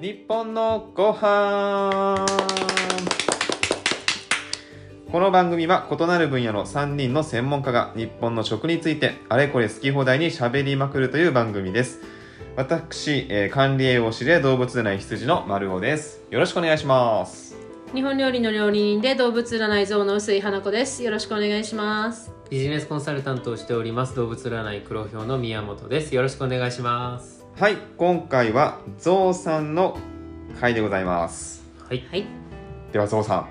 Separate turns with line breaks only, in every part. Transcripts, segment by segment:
日本のご飯この番組は異なる分野の3人の専門家が日本の食についてあれこれ好き放題に喋りまくるという番組です私、えー管理栄養士で動物でない羊の丸尾ですよろしくお願いします
日本料理の料理人で動物占い像の薄井花子ですよろしくお願いします
ビジネスコンサルタントをしております動物占い黒豹の宮本ですよろしくお願いします
はい今回はゾウさんの回でございます
はい
はい
ではゾウさん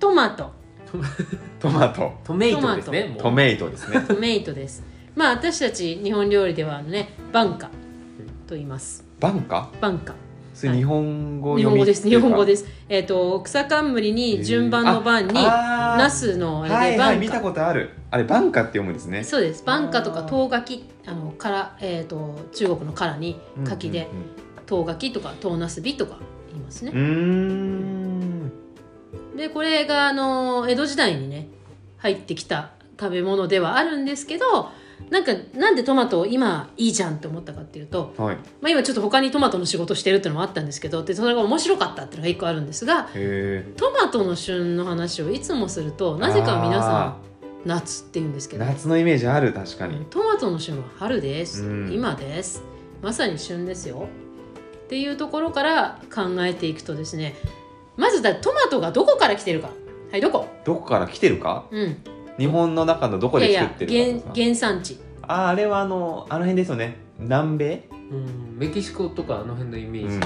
トマト
トマト
トメイトですねもう
トメイトですね
トメイトですまあ私たち日本料理ではねバンカと言います
バンカ
バンカ
それ日本語
日
読みっ
本語
てい
で
う
す
か
日本語ですえっ、と草冠に順番の番に
ああー
ナスのあ
は
れで
いは
バ
い
ン
見た
カ
ことあるあれバンカって読むんですね
そうですバンカとか
あー
唐柿あのからえっ、と中国のからに柿で唐柿とか唐ナスビとか言いますね
うんうんうんうーん
でこれがあの江戸時代にね入ってきた食べ物ではあるんですけどなんかなんでトマトを今いいじゃんって思ったかっていうと、
はい
まあ、今ちょっと他にトマトの仕事してるってのもあったんですけどでそれが面白かったっていうのが一個あるんですが
へえ
トマトの旬の話をいつもするとなぜか皆さん夏って言うんですけど
夏のイメージある確かに
トマトの旬は春です、
うん
今ですまさに旬ですよっていうところから考えていくとですねまずだトマトがどこから来てるかはいどこ
どこから来てるか
うん
日本の中のどこで
い
作
や
ってるか
いや
とか
原原産地
あーあれはあのあの辺ですよね南米
うんメキシコとかあの辺のイメージ、
うん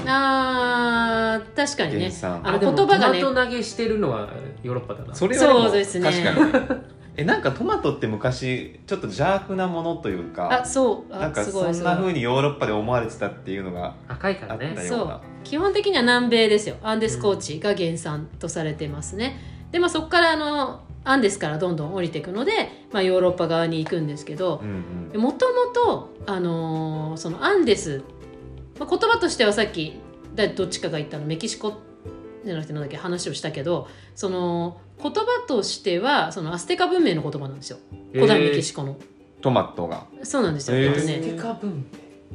あー確かに
原
ね
産
あ
でも
言葉がね
トマト投げしてるのはヨーロッパだな
それよりも
そうですね
確かにえなんかトマトって昔ちょっと邪悪なものという
あ
か
そう
なん
あ
か
す
そ
ごい
ん
す
な
ご
風
い
にヨーロッパで思われてたっていうのが
赤いか
あ
ら
ったよう
ね
そ
な
基本的には南米ですよアンデス高地が原産とされてますね、でまあそこからあのアンデスからどんどん降りていくので、まあ、ヨーロッパ側に行くんですけど
うんうん
もともとあのーそのアンデス、まあ、言葉としてはさっきだどっちかが言ったのメキシコじゃなくてなんだっけ話をしたけどその言葉としてはそのアステカ文明の言葉なんですよ古代メキシコの、
トマトが
そうなんですよ、
へー
でも
ね
ね
テカ文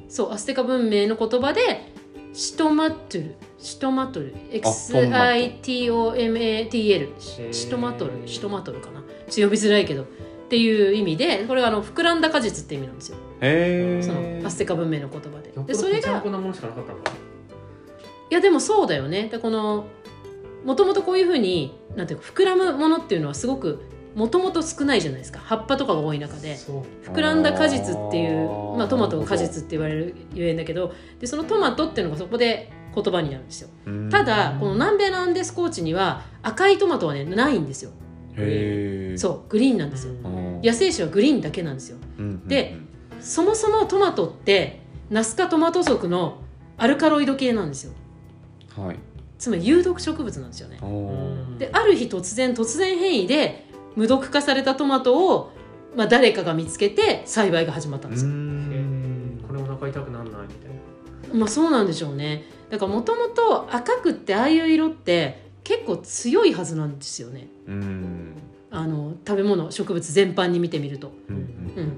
そうアステカ文明の言葉でシトマトルシトマトル
トマト
XITOMATL
へー
シトマトルシトマトルかなちょっと呼びづらいけどっていう意味でこれはあの膨らんだ果実って意味なんですよ
へえ
そのアステカ文明の言葉で
よっぽ
で
ど
そ
ぺ
れ
ちゃ
が
んこなものしかなかったのか
いやでもそうだよねでこのもともとこういうふうになんていうか膨らむものっていうのはすごくもともと少ないじゃないですか葉っぱとかが多い中で
なそう
膨らんだ果実っていう
あー
まあ、トマトが果
なるほ
実って言われるゆえんだけどでそのトマトっていうのがそこで言葉になるんですよ
うん
ただこの南米のアンデス高地には赤いトマトはねないんですよ
へえ
そうグリーンなんですよ
うん
野生種はグリーンだけなんですよ
うんうんうん
でそもそもトマトってナス科トマト属のアルカロイド系なんですよ
はい
つまり有毒植物なんですよね
お
う
ー
ん
である日突然突然変異で無毒化されたトマトを、まあ、誰かが見つけて栽培が始まったんですよ
うん
これお腹痛くなんないみたいな
まあそうなんでしょうねだからもともと赤くってああいう色って結構強いはずなんですよね
うん
あの食べ物植物全般に見てみると、
うん
うん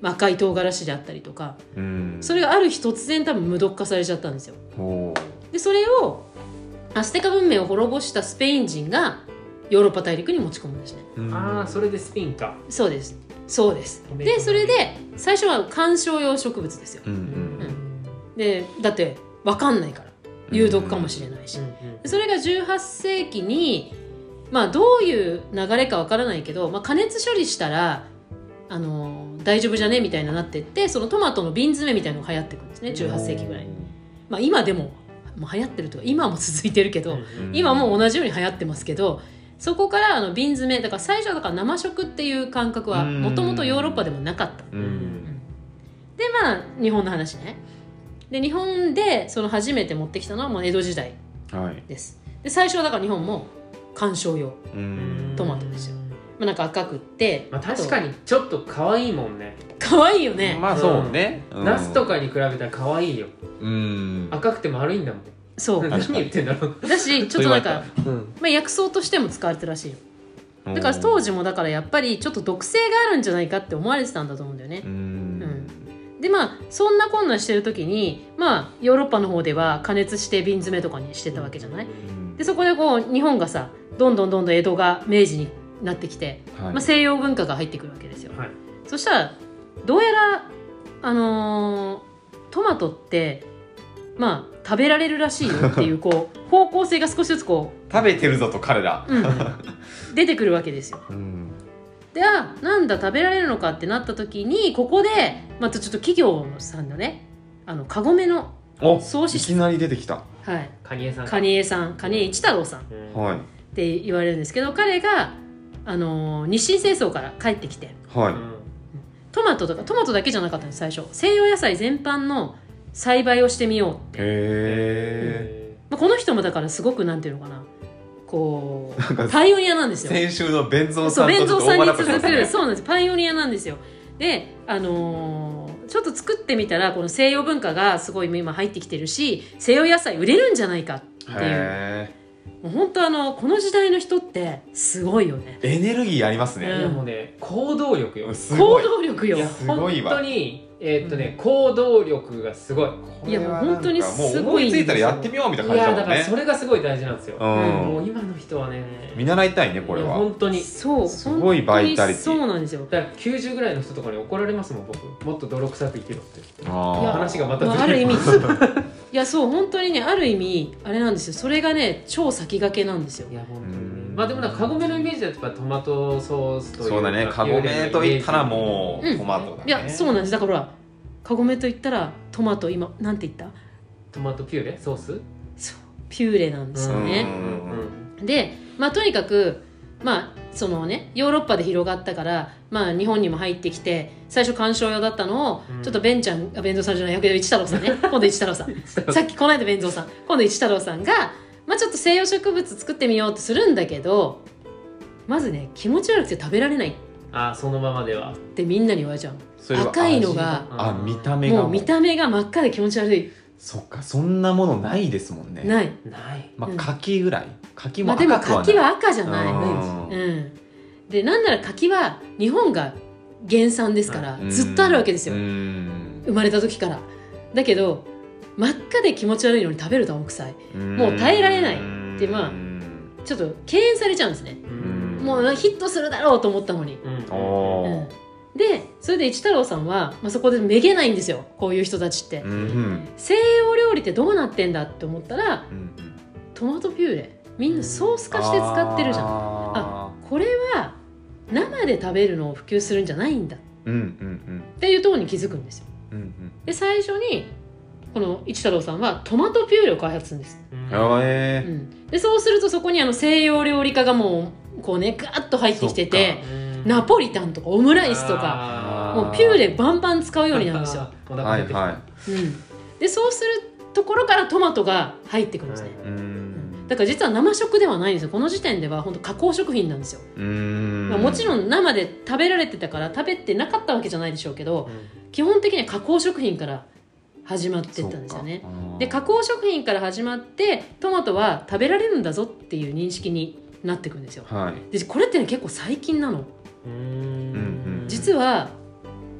まあ赤い唐辛子であったりとか
うん
それがある日突然多分無毒化されちゃったんですよ
おー
でそれをアステカ文明を滅ぼしたスペイン人がヨーロッパ大陸に持ち込むんですね
うん
ああそれでスピンか
そうですそうです
トメイト
でそれで最初は観賞用植物ですよ
うんう
うん
ん
でだって分かんないから有毒かもしれないし、でそれが18世紀に、まあ、どういう流れかわからないけど、まあ、加熱処理したら、あのー大丈夫じゃねみたいななってってそのトマトの瓶詰めみたいなのが流行ってくるんですね18世紀ぐらいに、まあ、今でももう流行ってるとか今も続いてるけ
う
ど、
ん
今もう同じように流行ってますけどそこからあの瓶詰めだから最初はだから生食っていう感覚は
うん
もともとヨーロッパでもなかった
うん
でまあ日本の話ねで日本でその初めて持ってきたのはもう江戸時代
はい
ですで最初はだから日本も観賞用、ま
うん
トマトですよあ、なんか赤くって、
まあ、確か
に
にちょっと可愛いもんね、
可愛いよね、
まあそうね
ナスと
か
かに比べたら可愛いよ
うん
赤くて丸いんだもん
そう
確か
何
に
言ってんだろう、
だしちょっとなんか、
うん、
まあ、薬草としても使われてるらしいよだから当時もだからやっぱりちょっと毒性があるんじゃないかって思われてたんだと思うんだよね
うん
うんでまあそんなこんなしてる時にまあヨーロッパの方では加熱して瓶詰めとかにしてたわけじゃない
うん
でそこでこう日本がさどんどんどんどん江戸が明治になってきて、
はい
まあ、西洋文化が入ってくるわけですよ、
はい
そしたらどうやらあのートマトってまあ食べられるらしいよっていうこう方向性が少しずつこ
食べてるぞと彼ら
う、うん、出てくるわけですよ
うん
であなんだ食べられるのかってなった時にここでまたちょっと企業さんのねあのカゴメの、
お
創始
いきなり出てきた
はい、
カニエさん
カニエさんカニエ一太郎さんっ
うん
はい
て言われるんですけど彼が、あのー日清戦争から帰ってきて
は
う
い
ん
トマトとかトマトだけじゃなかったんです最初西洋野菜全般の栽培をしてみようって、
へえ
へ
まあ、この人もだからすごくなんていうのかなこ
なん
う
か
パイオニアなんですよ
先週の弁蔵
そ
さ
うん
とちょっと
弁当
オ
さ
ー
ん
バー
に
ラップして
続
ます
け
ね
るそうなんですパイオニアなんですよであのーちょっと作ってみたらこの西洋文化がすごい今入ってきてるし西洋野菜売れるんじゃないかっていう
へ
もう本当あのこの時代の人ってすごいよね
えエネルギーあります
え
う
ね
ん
でもね行動力よ
すご
行
い
動力よ
いやすごいわ
本当にえーっとね行動力がすごい
これはなんか
いやもう本当にすごいんですよ
もう思いついたらやってみようみたい
い
な感じだ
や
も
だ
ん
から
ね
それがすごい大事なんですよ
うん
もう今の人はね
見習いたいねこれ
いや
は
本当に
そう
すごいバイタリティ
本当にそうなんですよ
だから90ぐらいの人とかに怒られますもん僕もっと泥臭く生きろって
あー
いや
話がまた
まあ、あ
ず
る
れ
意
る
味いやそう本当にねある意味あれなんですよそれがね超先駆けなんですよ
いや本当に
う
ね
ん
まあでもなんかカゴメのイメージだとやっぱトマトソースというか
そうだねカゴメと言ったらも
う
うんトマトだね
いやそうなんですだからほらカゴメと言ったらトマト今なんて言った
トマトピューレソース
そうピューレなんですよね、
うん
で、まあ、とにかく、まあそのね、ヨーロッパで広がったから、まあ、日本にも入ってきて最初鑑賞用だったのを、
うん
ちょっとベンちゃんあ弁蔵さんじゃないけど一太郎さんね今度一太郎 さんさっきこの間弁蔵さん今度一太郎さんが、まあ、ちょっと西洋植物作ってみようってするんだけどまずね気持ち悪くて食べられないっ
あーそのままでは
てみんなに言われちゃうの
それは
赤いのが
味あ見た目が
もう見た目が真っ赤で気持ち悪い、
そっかそんなものないですもんね
ない
ない
まあ
うん
柿ぐらい柿も
まあ、
赤
で
く
も
はない、
柿は赤じゃない、
うん
うん、でなんなら柿は日本が原産ですから、
うん
ずっとあるわけですよ、
うん
生まれた時からだけど真っ赤で気持ち悪いのに食べると青臭いもう耐えられないってまあ
うん
ちょっと敬遠されちゃうんですね
う
うん
ん
もうヒットするだろうと思ったのに、
うん
お
う
ー
ん、でそれで一太郎さんは、まあ、そこでめげないんですよこういう人たちって、
うんうん
西洋料理ってどうなってんだって思ったら
うん
トマトピューレみんなソース化して使ってるじゃん
あ
これは生で食べるのを普及するんじゃないんだっ
ーうんうん
ていうところに気づくんですよ
うんうん
で最初にこの一太郎さんはトマトピューレを開発するんです、
うん
うんあー
う
え
ん、でそうするとそこにあの西洋料理家がもうこうねガーッと入ってきてて
うん
ナポリタンとかオムライスとか
あー
もうピューレバンバン使うようになるんです よ、
お
ー
腹
は
減
い
ってきた
は
うん、でそうするところからトマトが入ってくるんですね、
いう
うん
ん
だから実は生食ではないんですよこの時点では本当加工食品なんですよ、
うん
まあ、もちろ
ん
ん生で食べられてたから食べてなかったわけじゃないでしょうけど
う
基本的には加工食品から始まってったんですよね
そうかあー
で加工食品から始まってトマトは食べられるんだぞっていう認識になってくんですよ
はい
でこれってね結構最近なの
ん
うんうん
実は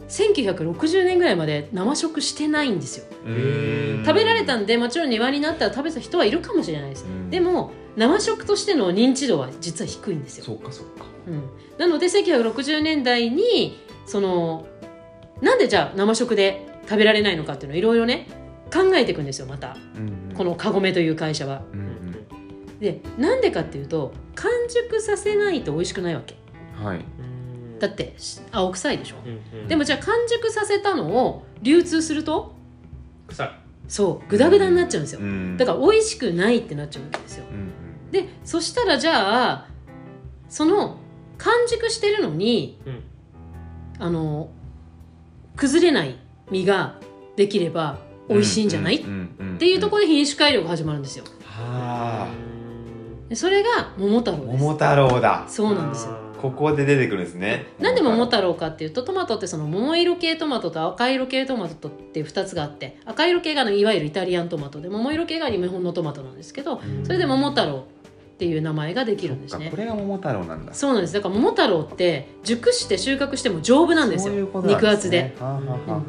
1960年ぐらいまで生食してないんですよ
うん
食べられたんでもちろん庭になったら食べた人はいるかもしれないです
うん
でも生食としての認知度は実は低いんですよ、
そうかそうか
うん、なので1960年代にそのなんでじゃあ生食で食べられないのかっていうのをいろいろね考えていくんですよまた
うんうん
このカゴメという会社は。
うん
でなんでかっていうと完熟させないと美味しくないわけ
うんはい
うん
だってし青臭いでしょ、
うんうん
でもじゃあ完熟させたのを流通すると
臭い
そうグダグダになっちゃうんですよ、
うん
だから美味しくないってなっちゃうわけですよ
うんうん
でそしたらじゃあその完熟してるのに
うん
あの崩れない実ができれば美味しいんじゃない、
うんうんうん
っていうところで品種改良が始まるんですよ
はあ
でそれが桃太郎です
桃太郎だ
そうなんですよ
ここで出てくるんですね
なんで桃太郎かっていうとトマトってその桃色系トマトと赤色系トマトっていう2つがあって赤色系があのいわゆるイタリアントマトで桃色系が日本のトマトなんですけど
うん
それで桃太郎っていう名前ができるんです
そっ
ね
かこれが桃太郎なんだ
そうなんですだから桃太郎って熟して収穫しても丈夫なんですよ
そういうことなん
肉厚で
はあはあはあは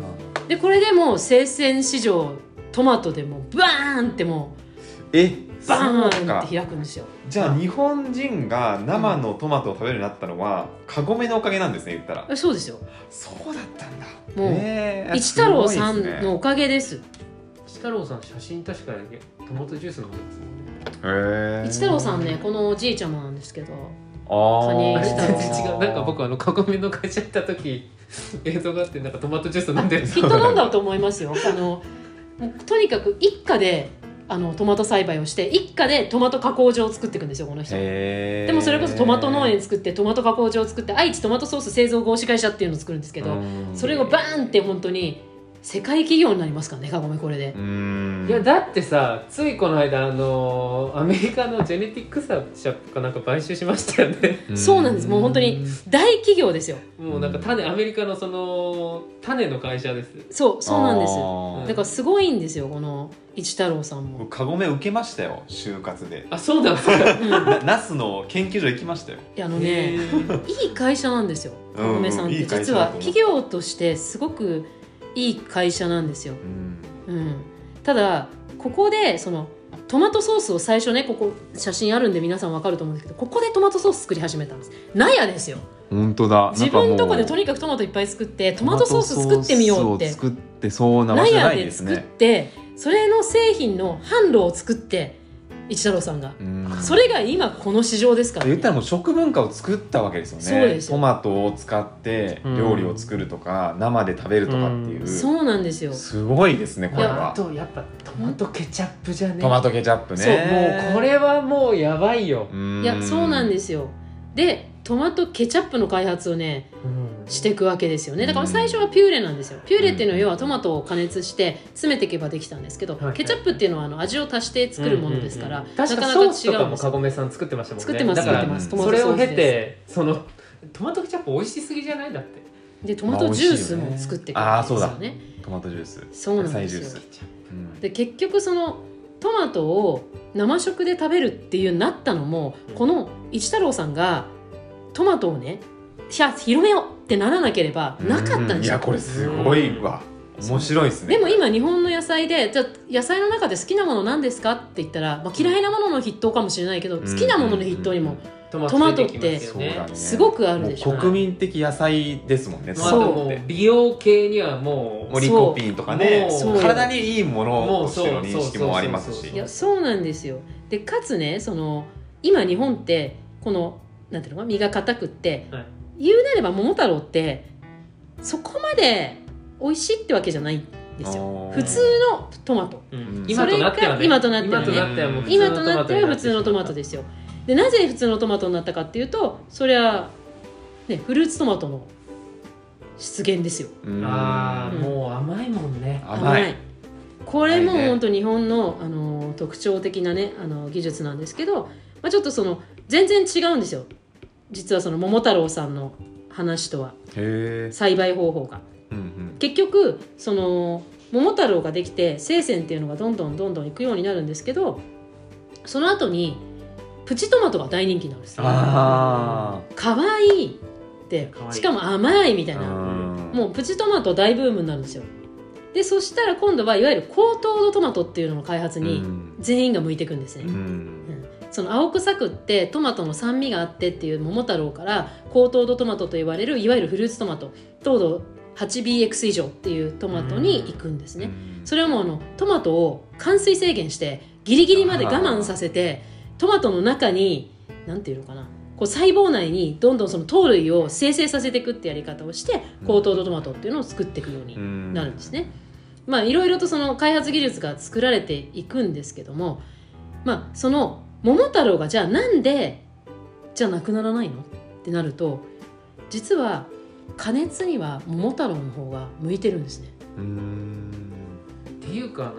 でこれでもう生鮮市場トマトでもうバーンっても
え
うバーンっ
そうか
て開くんですよ
じゃあ日本人が生のトマトを食べるようになったのはカゴメのおかげなんですね言ったら
えそうですよ
そうだったんだ
もう
へー
一太郎さ
すごいで
ん
すね
のおかげです
一太郎さん写真確かにトマトジュース飲んでますもんね
へー
一太郎さんねこのおじいちゃまなんですけど
あ
蟹一太郎
あれ全然違うなんか僕あの囲みの会社行った時 映像があってなんかトマトジュース飲んでるんです
きっと飲んだと思いま すよあのもうとにかく一家であのトマト栽培をして一家でトマト加工場を作っていくんですよこの人
で
でもそれこそトマト農園作ってトマト加工場を作って愛知トマトソース製造合資会社っていうのを作るんですけどそれがバーンって本当に世界企業になりますからねカゴメこれで
うーん
いやだってさついこの間あのーアメリカのジェネティック社かなんか買収しましたよね
うん
そうなんですもう本当に大企業ですよ
もうなんか種アメリカのその種の会社です
そうそうなんで
あ
す
うん
ー
だからすごいんですよこの一太郎さんも、
僕カゴメ受けましたよ就活で
あそうなんですか
うん、い
なナスの研究所行きましたよ
やあの
へ
ね
ー
いい会社なんですよ
う
カ
ん
ゴメさんっ
いい
て
会社
実
だ
は
と思う
企業としてすごくいい会社なんですよ、
うん
うん、ただここでそのトマトソースを最初ねここ写真あるんで皆さんわかると思うんですけどここでトマトソース作り始めたんです納屋ですよ
本当だ
自分のとこでと
と
にかくトマトいっぱい作ってトマトソース作ってみようって
作ってそうな
納
場所じゃ
屋
ない
で
です
作っ
ね
てそれの製品の販路を作って一太郎さんが
うん
それが今この市場ですからね、
言ったらもう食文化を作ったわけですよね
そうですよ
トマトを使って料理を作るとか、生で食べるとかっていう、
うん
そうなんですよ
すごいですねこれ
あ
は
とやっぱトマトケチャップじゃね
トマトケチャップね
そうもうこれはもうやばいよ、
うん
いやそうなんですよでトマトケチャップの開発をね
うん
していくわけですよねだか
う
ら
ん
最初はピューレなんですよピューレっていうのは要はトマトを加熱して詰めていけばできたんですけど、
はいはい
ケチャップっていうのはあの味を足して作るものですから、
うんうんうん確か
なか
ソ
な
ー
か
ス
違
とか
うんで
も
すよ
カゴメさん作ってましたもんね
作ってます
だか
作って
ら
ますトマ
そ
ト
れ
ソー
を
ス
経
で
てそのトマトケチャップ美味しすぎじゃないだって
すでトマトジュースも作っていくわけですよね
トマトジュース
そうなんですよ
野菜ジュースうん
で結局そのトマトを生食で食べるっていうなったのも
うん
この一太郎さんがトマトをねひゃ広めようってならなければなかったん
う
で
い
す
や
よ。
これすごいわ面白いですね
でも今日本の野菜でじゃあ野菜の中で好きなもの何ですかって言ったら、まあ、嫌いなものの筆頭かもしれないけど、
ん
好きなものの筆頭にも
ト出きます
ト
よ
マトってそうだね
すごくあるでしょ、
もう国民的野菜ですもんね
ま
ト
あ
マ
あ
そう
と
トっ
もう
て
美容系にはもう
オリコピンとかね
そう
そう
体にいいもの
も
と
う
し
そう
ての認識もありますし
いやそうなんですよでかつねその今日本ってこのなんていうのか身が硬くって、
はい
言うなれば桃太郎ってそこまで美味しいってわけじゃないんですよ
よ
普通のトマト
うん
うん
今となってはね
それが今となってはね
はもう普通
今
の
となっては普通のトマト
で
ですよでなぜ普通のトマトになったかっていうとそりゃ、ね、フルーツトマトの出現ですよ
ああ
うん
もう甘いもんね
甘い
これも
甘いね
本当日本のあの特徴的なねあの技術なんですけど、まあ、ちょっとその全然違うんですよ実はその桃太郎さんの話とは
へえ
栽培方法が
うんうん
結局その桃太郎ができて生鮮っていうのがどんどんどんどんいくようになるんですけどその後にプチトマトが大人気なんですよ
あ
可愛いって
可愛い
しかも甘いみたい
あ
な
も
もうプチトマト大ブームになるんですよでそしたら今度はいわゆる高糖度トマトっていうのの開発に全員が向いていくんですね、その青臭くってトマトの酸味があってっていう桃太郎から高糖度トマトと言われるいわゆるフルーツトマト糖度 8BX 以上っていうトマトに行くんですね、それはもうあのトマトを完水制限してギリギリまで我慢させてトマトの中になんていうのかなこう細胞内にどんどんその糖類を生成させていくってやり方をして
うん
高糖度トマトっていうのを作っていくようになるんですね。まあいろいろとその開発技術が作られていくんですけども、まあその桃太郎がじゃあなんでじゃあなくならないのってなると実は加熱には桃太郎の方が向いてるんですね。
っていうかあの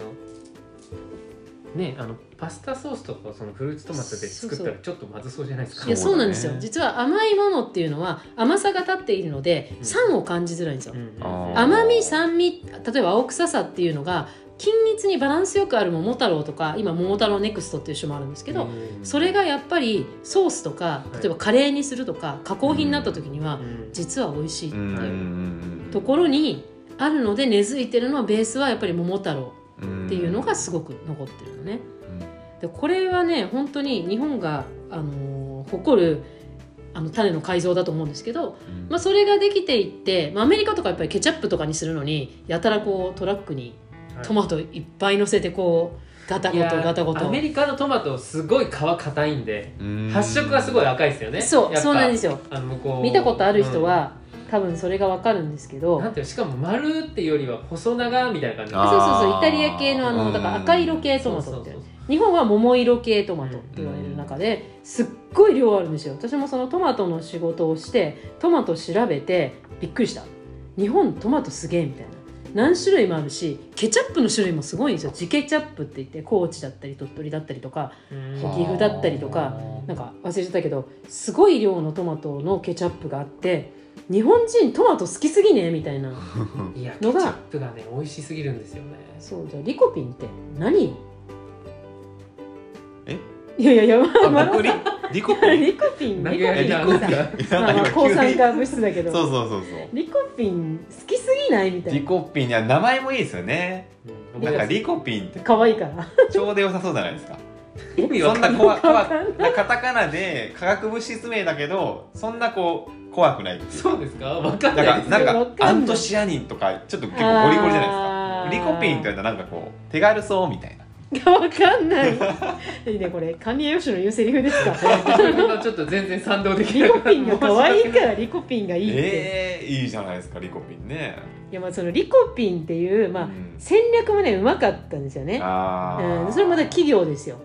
ねあのパスタソースとかそのフルーツトマトで作ったらちょっとまずそうじゃないですか
いや
そ
そうう
だね
なんですよ実は甘いものっていうのは甘さが立っているので
うん
酸を感じづらいんですよ、
うんうん
あー
甘み酸味例えば青臭さっていうのが均一にバランスよくある桃太郎とか今桃太郎ネクストっていう種もあるんですけど、
うん
それがやっぱりソースとか例えばカレーにするとか加工品になった時には
うん
実は美味しいって
うんうん
いう
うん
ところにあるので根付いてるのはベースはやっぱり桃太郎
っ
っていうのがす
ご
ごく残ってるのね。
うん
でこれはね本当に日本が、あのー誇るあの種の改造だと思うんですけど、
うん
まあ、それができていって、まあ、アメリカとかやっぱりケチャップとかにするのにやたらこうトラックにトマトいっぱい乗せてこうガタ
い
ゴ
や
トガタゴ
ア
ト
メリカのトマトすごい皮硬いんで
うん
発色がすごい赤いですよね
そうそうなんですすよ
あの向こう
見たことある人、は、多分それがわかるんですけ
うん
ど
なんていうのしかも丸っていうよりは細長みたいな感じ
あ
そうそう
あー
そうイタリア系のあ
う
の
ん
だから赤色系トマ
そう
ト
そ
っ
う
て
そう
日本は桃色系トマトって言われる中ですっごい量あるんですよ私もそのトマトの仕事をしてトマト調べてびっくりした日本トマトすげえみたいな何種類もあるしケチャップの種類もすごいんですよ地ケチャップって言って高知だったり鳥取だったりとか
うん
岐阜だったりとかなんか忘れてたけどすごい量のトマトのケチャップがあって日本人トマト好きすぎねみたいない
やケチ
の
ャ
が
ップがね美味しすぎるんですよね
そうじゃあリコピンって何
え
いやいやいやま あ
あ
ま
僕リリ コ
あ
ピン
リコピン
何
リ
が
コ
や
ピ
り
ンま
たいんですか
あまあ抗酸化物質だけ
そう
ど
そうそうそう
リコピン好きすぎないみたい
リ
な
コピンいや名前もいいですよね
うん
なんかリコピンって
可愛い から
ちょうど良さそうじゃないです か
意味
そ
わ
んな
か
ん
ない
怖
わ
怖
かん
カタカナで化学物質名だけどそんなこう怖くない
そうですかわかん
な
ない
ん
です
か
わ
な
か
ん
ん
か
ない
アントシアニンとかちょっと結構ゴリゴリじゃ
あ
な
ー
いですかリコピンって言ったらなんかこう手軽そうみたいな
わかんないいいねこれ神谷吉野言うセリフですか
自分はちょっと全然賛同でき
リ
な
コ
くな
ピンが可愛い
ら
からリコピンがいいって、
ええいいじゃないですかリコピンね
いやまあそのリコピンっていう、まあ
う、ん
戦略もねうまかったんですよね、
あー
うん、それまた企業ですよ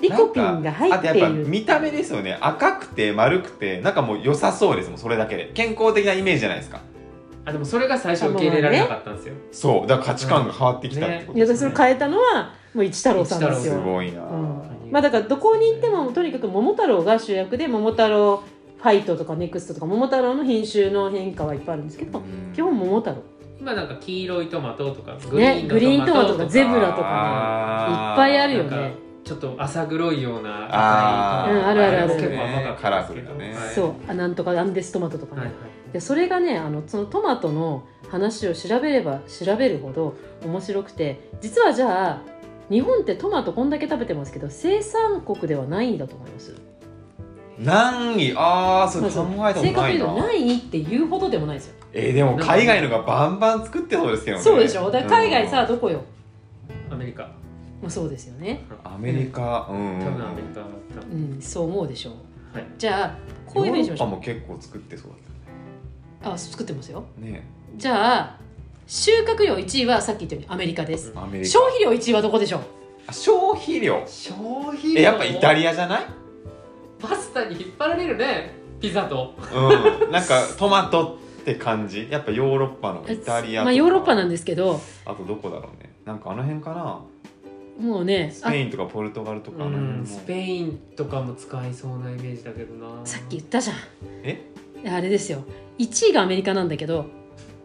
リコピンが入って
な
い
んかあとやっぱ
る
見た目ですよね赤くて丸くてなんかもう良さそうですもんそれだけで健康的なイメージじゃないですか
あでもそれが最初受け入れられなかったんですよ
そうだから価値観が変わってきたってこと
いや
です、
私それ変えたのはもう一太郎さんです
一
す
よ
太
ごいな、
うんまあだからどこに行ってもとにかく桃太郎が主役で桃太郎ファイトとかネクストとか桃太郎の品種の変化はいっぱいあるんですけど基本桃太郎
今なんか黄色いトマトとかグリーン
ね
の
グリーントマトとかゼブラとかねい
か
っぱいあるよ
なん
ね
かちょっと浅黒いような
あ
赤い
ーうんあるあるある
れも結構甘かった
カラフルだね
はい
そうあなんとかアンデストマトとかね、
はいはい
でそれがねあのそのトマトの話を調べれば調べるほど面白くて実はじゃあ日本ってトマトこんだけ食べてますけど生産国ではないんだと思います
何位ああそれ考えたこと
正確
な
に
い
言うと
な
ないって言うほどでもないですよ
えー、でも海外のがバンバン作ってそうですけどね
そうでしょだから海外さ、どこよ、
アメリカ
まあ、そうですよね
うんアメリカうん
多分アメリカだっ
うんそう思うでしょう
たはい
じゃあこういうふうにしましょ
ヨーロ
う
ッパも結構作ってそうだった
あ作ってますよ
ねね
じゃあ収穫量1位はさっき言ったようにアメリカです
アメリカ
消費量1位はどこでしょう
あ消費量
消費
えやっぱイタ
リ
リアじゃない
アパスタに引っ張られるねピザと
うん、なん かトマトって感じやっぱヨーロッパのイタリアとか
まあヨーロッパなんですけど
あとどこだろうねなんかあの辺かな
もうね
ス
あ
ペインとかポルトガルとかあの辺も
スペインとかも使いそうなイメージだけどな
さっき言ったじゃん
え
いやあれですよ1位がアメリカなんだけど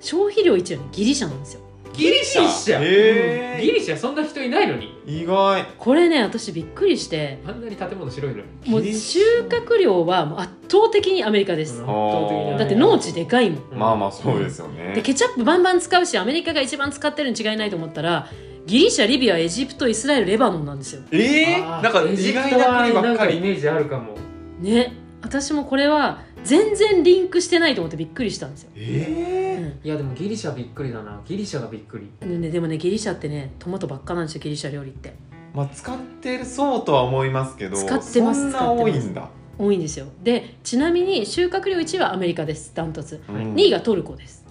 消費量1位はねギリシャなんですよ
ギリシャ
へー
ギリシャそんな人いないのに
意外
これね私びっくりして
あんなに建物白いのに
もう
ギリ
収
シャ
穫量はもう圧倒的にアメリカで
圧
す、
倒的に
ー
ある
だって農地でかいもん、
まあまあそうですよね
でケチャップバンバン使うしアメリカが一番使ってるに違いないと思ったらギリシャリビアエジプトイスラエルレバノンなんですよ
ええ
あー
なんか
エジ
意
プトは
外な国ばっか
なんイ
り
メージあるかも
ね私もこれは全然リンクしてないと思ってびっくりしたんですよ、う
ええ
ん
いやでもギリシャびっくりだなギリシャがびっくり
でね、でもねギリシャってねトマトばっかなんですよギリシャ料理って
まあ使ってるそうとは思いますけど
使ってます
そんな多いんだ、
多いんですよでちなみに収穫量1位はアメリカですダントツ
うん
2位がトルコです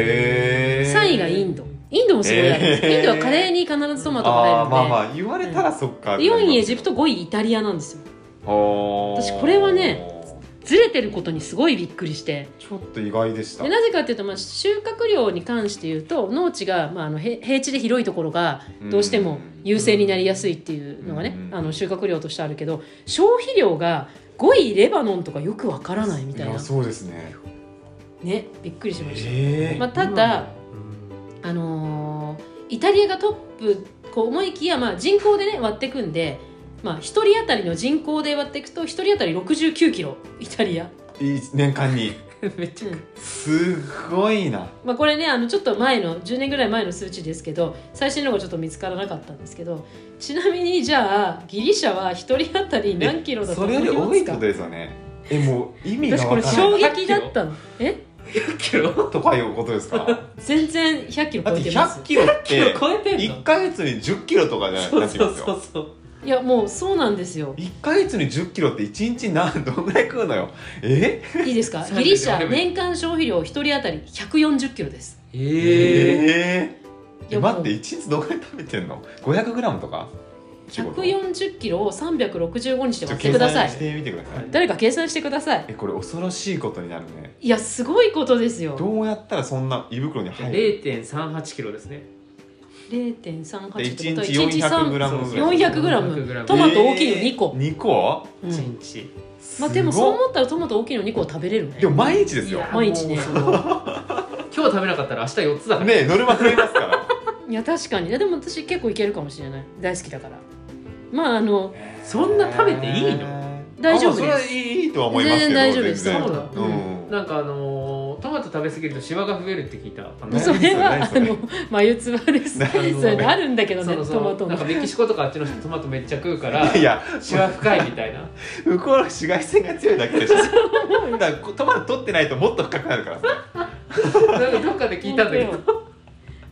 へえ
3位がインドインドもすごいあるんです、
えー
インドはカレーに必ずトマトが入る
あ
の
ー
で、
まあまあ言われたらそっか、
で4位エジプト5位イタリアなんですよ
ト
私これはねずれてることにすごいびっくりして
ちょっと意外でした
でなぜかっていうと、まあ、収穫量に関して言うと農地が、まあ、あのへ平地で広いところがどうしても優勢になりやすいっていうのがね、
うん
あの収穫量としてあるけど消費量が5位レバノンとかよくわからないみたい
い
な
やそうですね
ねびっくりしました。
ええ
まあただ
うん
あのーイタリアがトップこう思いきや、まあ、人口でね割っていくんで、まあ、1人当たりの人口で割っていくと1人当たり6 9キロイタリア
いい年間に
めっちゃ
うん
すごいな
まあ、これねあのちょっと前の10年ぐらい前の数値ですけど最新のがちょっと見つからなかったんですけどちなみにじゃあギリシャは1人当たり何キロだと
そ
思
れ
い
よ
ま
り
すか
多いってことですよねえもう意味が
私こ
分
れ
からない
衝撃だったのえ
100キロ
とかいうことですか
全然100キロ
だ
超
っ
え
て
てます
100キロって
超えてん
1
の
か月に1 0キロとかじゃ
そ
な
う
いて
そ
ま
う
す
そ
よ
うそう
いやもうそうなんですよ
1か月に1 0キロって1日何どんぐらい食うのよえ
いいですか
そう
ギリシ
で
ャ
もね
年間消費量1人当たり140キロです
ええ
え
い
え
や
待
も
っ
う
て1日どんぐらい食べてんの 500g とか
140キロを365にして
ちょっと
割って
計
くださ
算し
い
てみてください
誰か計算してください
えこれ恐ろしいことになるね
いやすごいことですよ
どうやったらそんな胃袋に入る
0.38キロですね
で1日
0.38ってことは1日
400g
3
ぐらい
そうそう
400g トマト大きいの2個、
2個
うん
1日
まあ、でもそ
すご
う
っ
思ったらトマト大きいの2個は食べれるね
でも毎日ですよ
いや
毎日ね
もう その今日食べなかったら明日4つだから
ねえノルマ増えますから
いや確かにいやでも私結構いけるかもしれない大好きだからまああの
そんな食べていいの
の
大丈夫です
それはいいいいとは思いますけど
全然大丈夫です
全然
そうだ
うん
なんかあのートマト食べ過ぎるとシワが増えるって聞いたあの
ね
それは
何
あ
それ
の眉唾です
何
それ
それあるんだけど
そ
ね
のそ
トマ
の
ト
なん
の
かメキシコとかあっちの人トマトめっちゃ食うから
いや
シワ深いみたいな
向こうの紫外線が強いだけでしょだからトマト取ってないともっと深くなるからさ
なんかどっかで聞いたんだ けど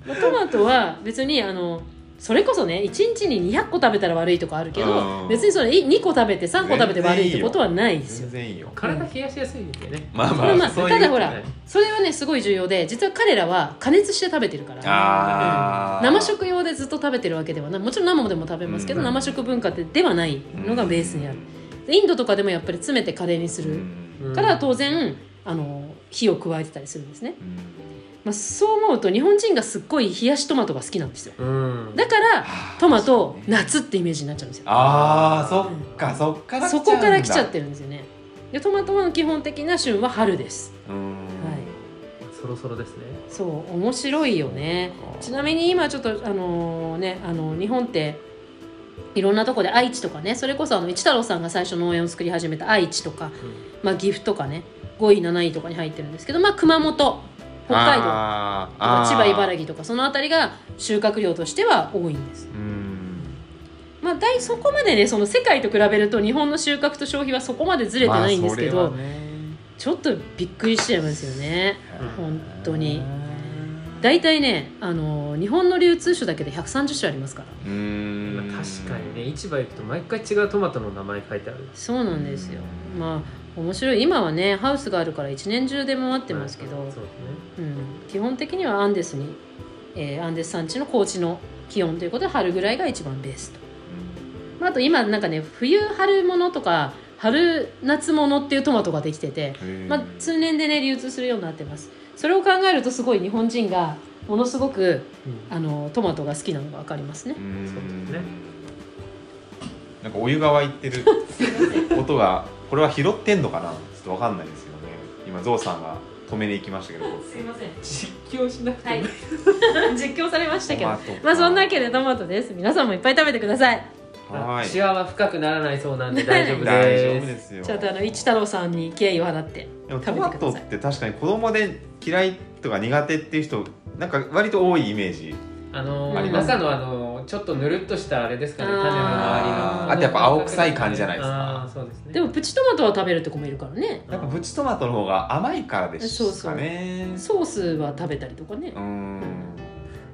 まあトマトは別にあのそれこそね1日に200個食べたら悪いとかあるけ
う
ど
ん
別にそれ2個食べて3個食べて悪いってことはないですよ
全然いいよ
体冷やしやすいんだよね
まあ
これは
ま
まあ
あ
ただほら
そういう
それ
こ
はねすごい重要で実は彼らは加熱して食べてるから
あー
生食用でずっと食べてるわけではないもちろん生でも食べますけど、
うん
生食文化でではないのがベースにある、インドとかでもやっぱり詰めてカレーにす
う
る
ん
から当然あの火を加えてたりするんですね、
うん
まあ、そう思うと日本人がすっごい冷やしトマトが好きなんですよ
うん
だからトマト
そうね
夏ってイメージになっちゃうんですよ
あーそっかそっから来ちゃ
そ
うんだ
こから来ちゃってるんですよねでトマトの基本的な旬は春です
うん
はい
そろそろですね
そう面白いよねちなみに今ちょっとあのねあの日本っていろんなとこで愛知とかねそれこそあの一太郎さんが最初農園を作り始めた愛知とか、まあ、岐阜とかね5位7位とかに入ってるんですけど、まあ、熊本北海道とか
あーあー
千葉茨城とかその辺りが収穫量としては多いんです。
うん
まあ、大そこまでねその世界と比べると日本の収穫と消費はそこまでずれてないんですけど、
まあそれはね
ちょっとびっくりしちゃいますよね。
うん
本当に大体ね、あのー日本の流通種だけで130種ありますから
うー
まあ
ん
確かにね市場行くと毎回違うトマトの名前書いてある
そうなんですよまあ面白い今はねハウスがあるから一年中出回ってますけど、
そうですね
うん、基本的にはアンデスに、えーアンデス山地の高地の気温ということで春ぐらいが一番ベースと、まあ、あと今なんかね冬春物とか春夏物っていうトマトができてて、
うん
まあ、通年でね流通するようになってますそれを考えるとすごい日本人がものすごくあのトマトが好きなのが分かりますね
う、ん
そうですね
なんかお湯が沸いてる音が これは拾ってんのかなちょっとわかんないですよね今ゾウさんが止めに行きましたけど
すいません
実況しなくても、
はい 実況されましたけど
トマトか
まあそんなわけでトマトです皆さんもいっぱい食べてください
は
シ
い
ワは深くならないそうなん で大丈夫です
大丈夫ですよ
ちょっとあの一太郎さんに敬意を払って
でも
食
ト
べて
マ
く
トっ
ださい
て確かに子供で嫌いとか苦手っていう人なんか割と多いイメージ
あのー
あります
中のあのーちょっとぬるっとしたあれですかね
あー
種の周りの
あ
とやっぱ青臭い感じじゃないですか
あーそうですね
でもプチトマトは食べるとこもいるからね
やっぱプチトマトの方が甘いからですかね
ソースは食べたりとかね
うーん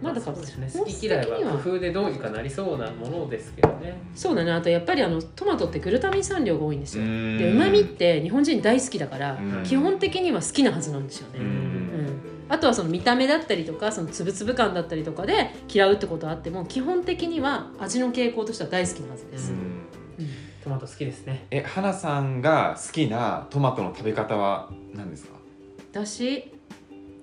まだ
そ
食べ
うで
て
す
る
ね好き嫌い
コース的に
は工夫でどうにかなりそうなものですけどね
そうだねあとやっぱりあのトマトってグルタミン酸量が多いんですよ
ーん
でうまみって日本人大好きだから
うん
基本的には好きなはずなんですよ
う
ね
ん
あとはその見た目だったりとかそのつぶつぶ感だったりとかで嫌うってことはあっても基本的には味の傾向としては大好きなはずで
う
す、
ん
うん
トマト好きですね
え、花さんが好きなトマトの食べ方は何ですか？
私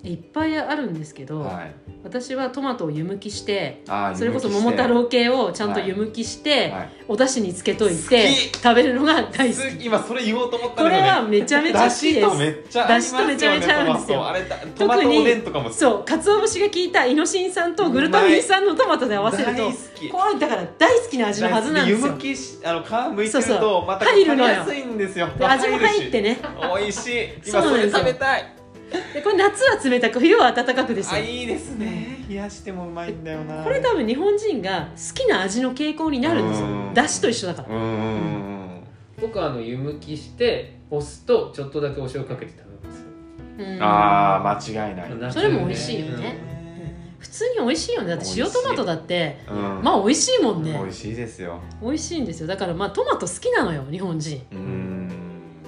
いっぱいあるんですけど、
はい、
私はトマトを湯むきして
あー
それこそ
湯む
桃
きして
太郎系をちゃんと
はい
湯むきして、
はい
お出汁につけといて
好き
食べるのが大好き
す今それ言おうと思った
これはめちゃめちゃ
だ
好き
し
で
と
す
めっちゃありますよね
だしとめちゃめちゃあるんです
ト
よ
マトあれだトマトおでんとかも
そう鰹節が効いたイノシン酸とグルタミン酸のトマトで合わせると
大好き
これだから大好きな味のはずなんです
湯
よ
むきしあの皮剥いて
そう
る
そ
とまた
入るのよ
やすいんですよ
で味も入って
るし
ね
美味しい
そう
今
な
そ
んです
れ食
よ
べたい
でこれ夏は冷たく冬は暖かくです
あ
よ
いいですね冷やしてもうまいんだよな
これ多分日本人が好きな味の傾向になるんですよ
うん
だしと一緒だから
うんうんうん
僕はあの湯むきしてお酢とちょっとだけお塩かけて食べます
うん
あー間違いない
夏ね
それも美味しいよね普通に美味しいよねだって塩トマトだって
うん
まあ美味しいもん
美
ね
味しいですよ
美味しいんですよだからまあトマト好きなのよ日本人
うん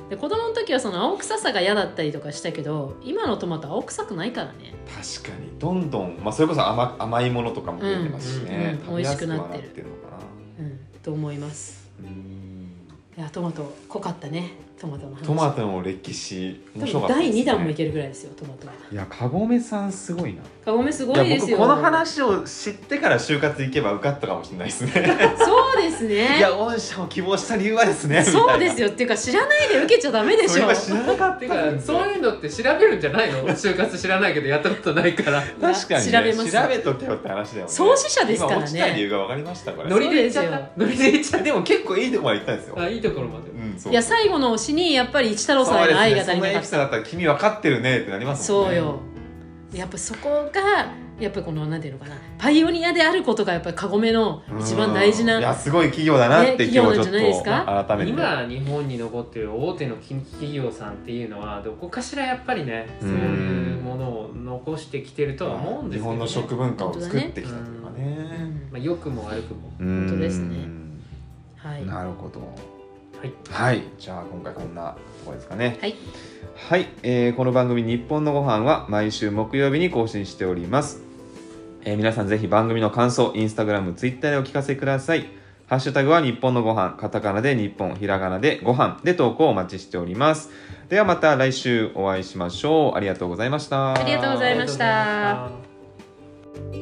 で子供の時はその青臭さが嫌だったりとかしたけど今のトマト青臭くないからね
確かにどんどんまあそれこそ甘甘いものとかも出てますしね
うん
食べやすくは
美味しくな
な
っ
って
る
てるのかな
うんと思います
うん
いやトマト濃かったねトマトの話
トマトの歴史面
多
白か
分
ったです
第
ね
2弾もいけるぐらいですよトマトはい
やカゴメさんすごいな
カゴメすごいですよ
や僕この話を知ってから就活行けば受かったかもしれないですね
そうですね
いや御社を希望した理由はですねみたいな
そうですよっていうか知らないで受けちゃダメでし
それ
ょ
は知らなかった
てかそういうのって調べるんじゃないの 就活知らないけどやったことないから
確かに、ね、
調べます
調べとけよって話だよね
創始者ですから
今
ね
落ちた理由が分かりましたこれ
ノリでいっちゃっ
そう
たノリでいっちゃっ
でも結構いいとこまで行ったんですよ
たあいいところまで
うんそう
いや最後の推しにやっぱり一太郎さんへの愛が足りなかっ
そうですねそんなエピソードだったら君分かってるねってなりま
た
すもん
そ
ね
うよやっぱそこがやっぱこのなんていうのかなパイオニアであることがやっぱりカゴメの一番大事
うんい
な
やすごい企業だなって、今
ね
日ちょっ
企業なんじゃないですか
と改めて
今日本に残ってる大手の企業さんっていうのはどこかしらやっぱりねそういうものを残してきてるとは思うんで
日
すけど、
本
ね、
の食文化を作ってきたというか
う
ね
ん
まあ、良くも悪くも
本
当ですねはい
なるほど
はい
はいじゃあ今回こんなところですかね
はい、
はいえーこの番組「日本のご飯は毎週木曜日に更新しております、えー皆さんぜひ番組の感想インスタグラムツイッターでお聞かせくださいハッシュタグは日本のご飯カタカナで日本ひらがなでご飯で投稿をお待ちしておりますではまた来週お会いしましょうありがとうございました
ありがとうございました
ありがとうございました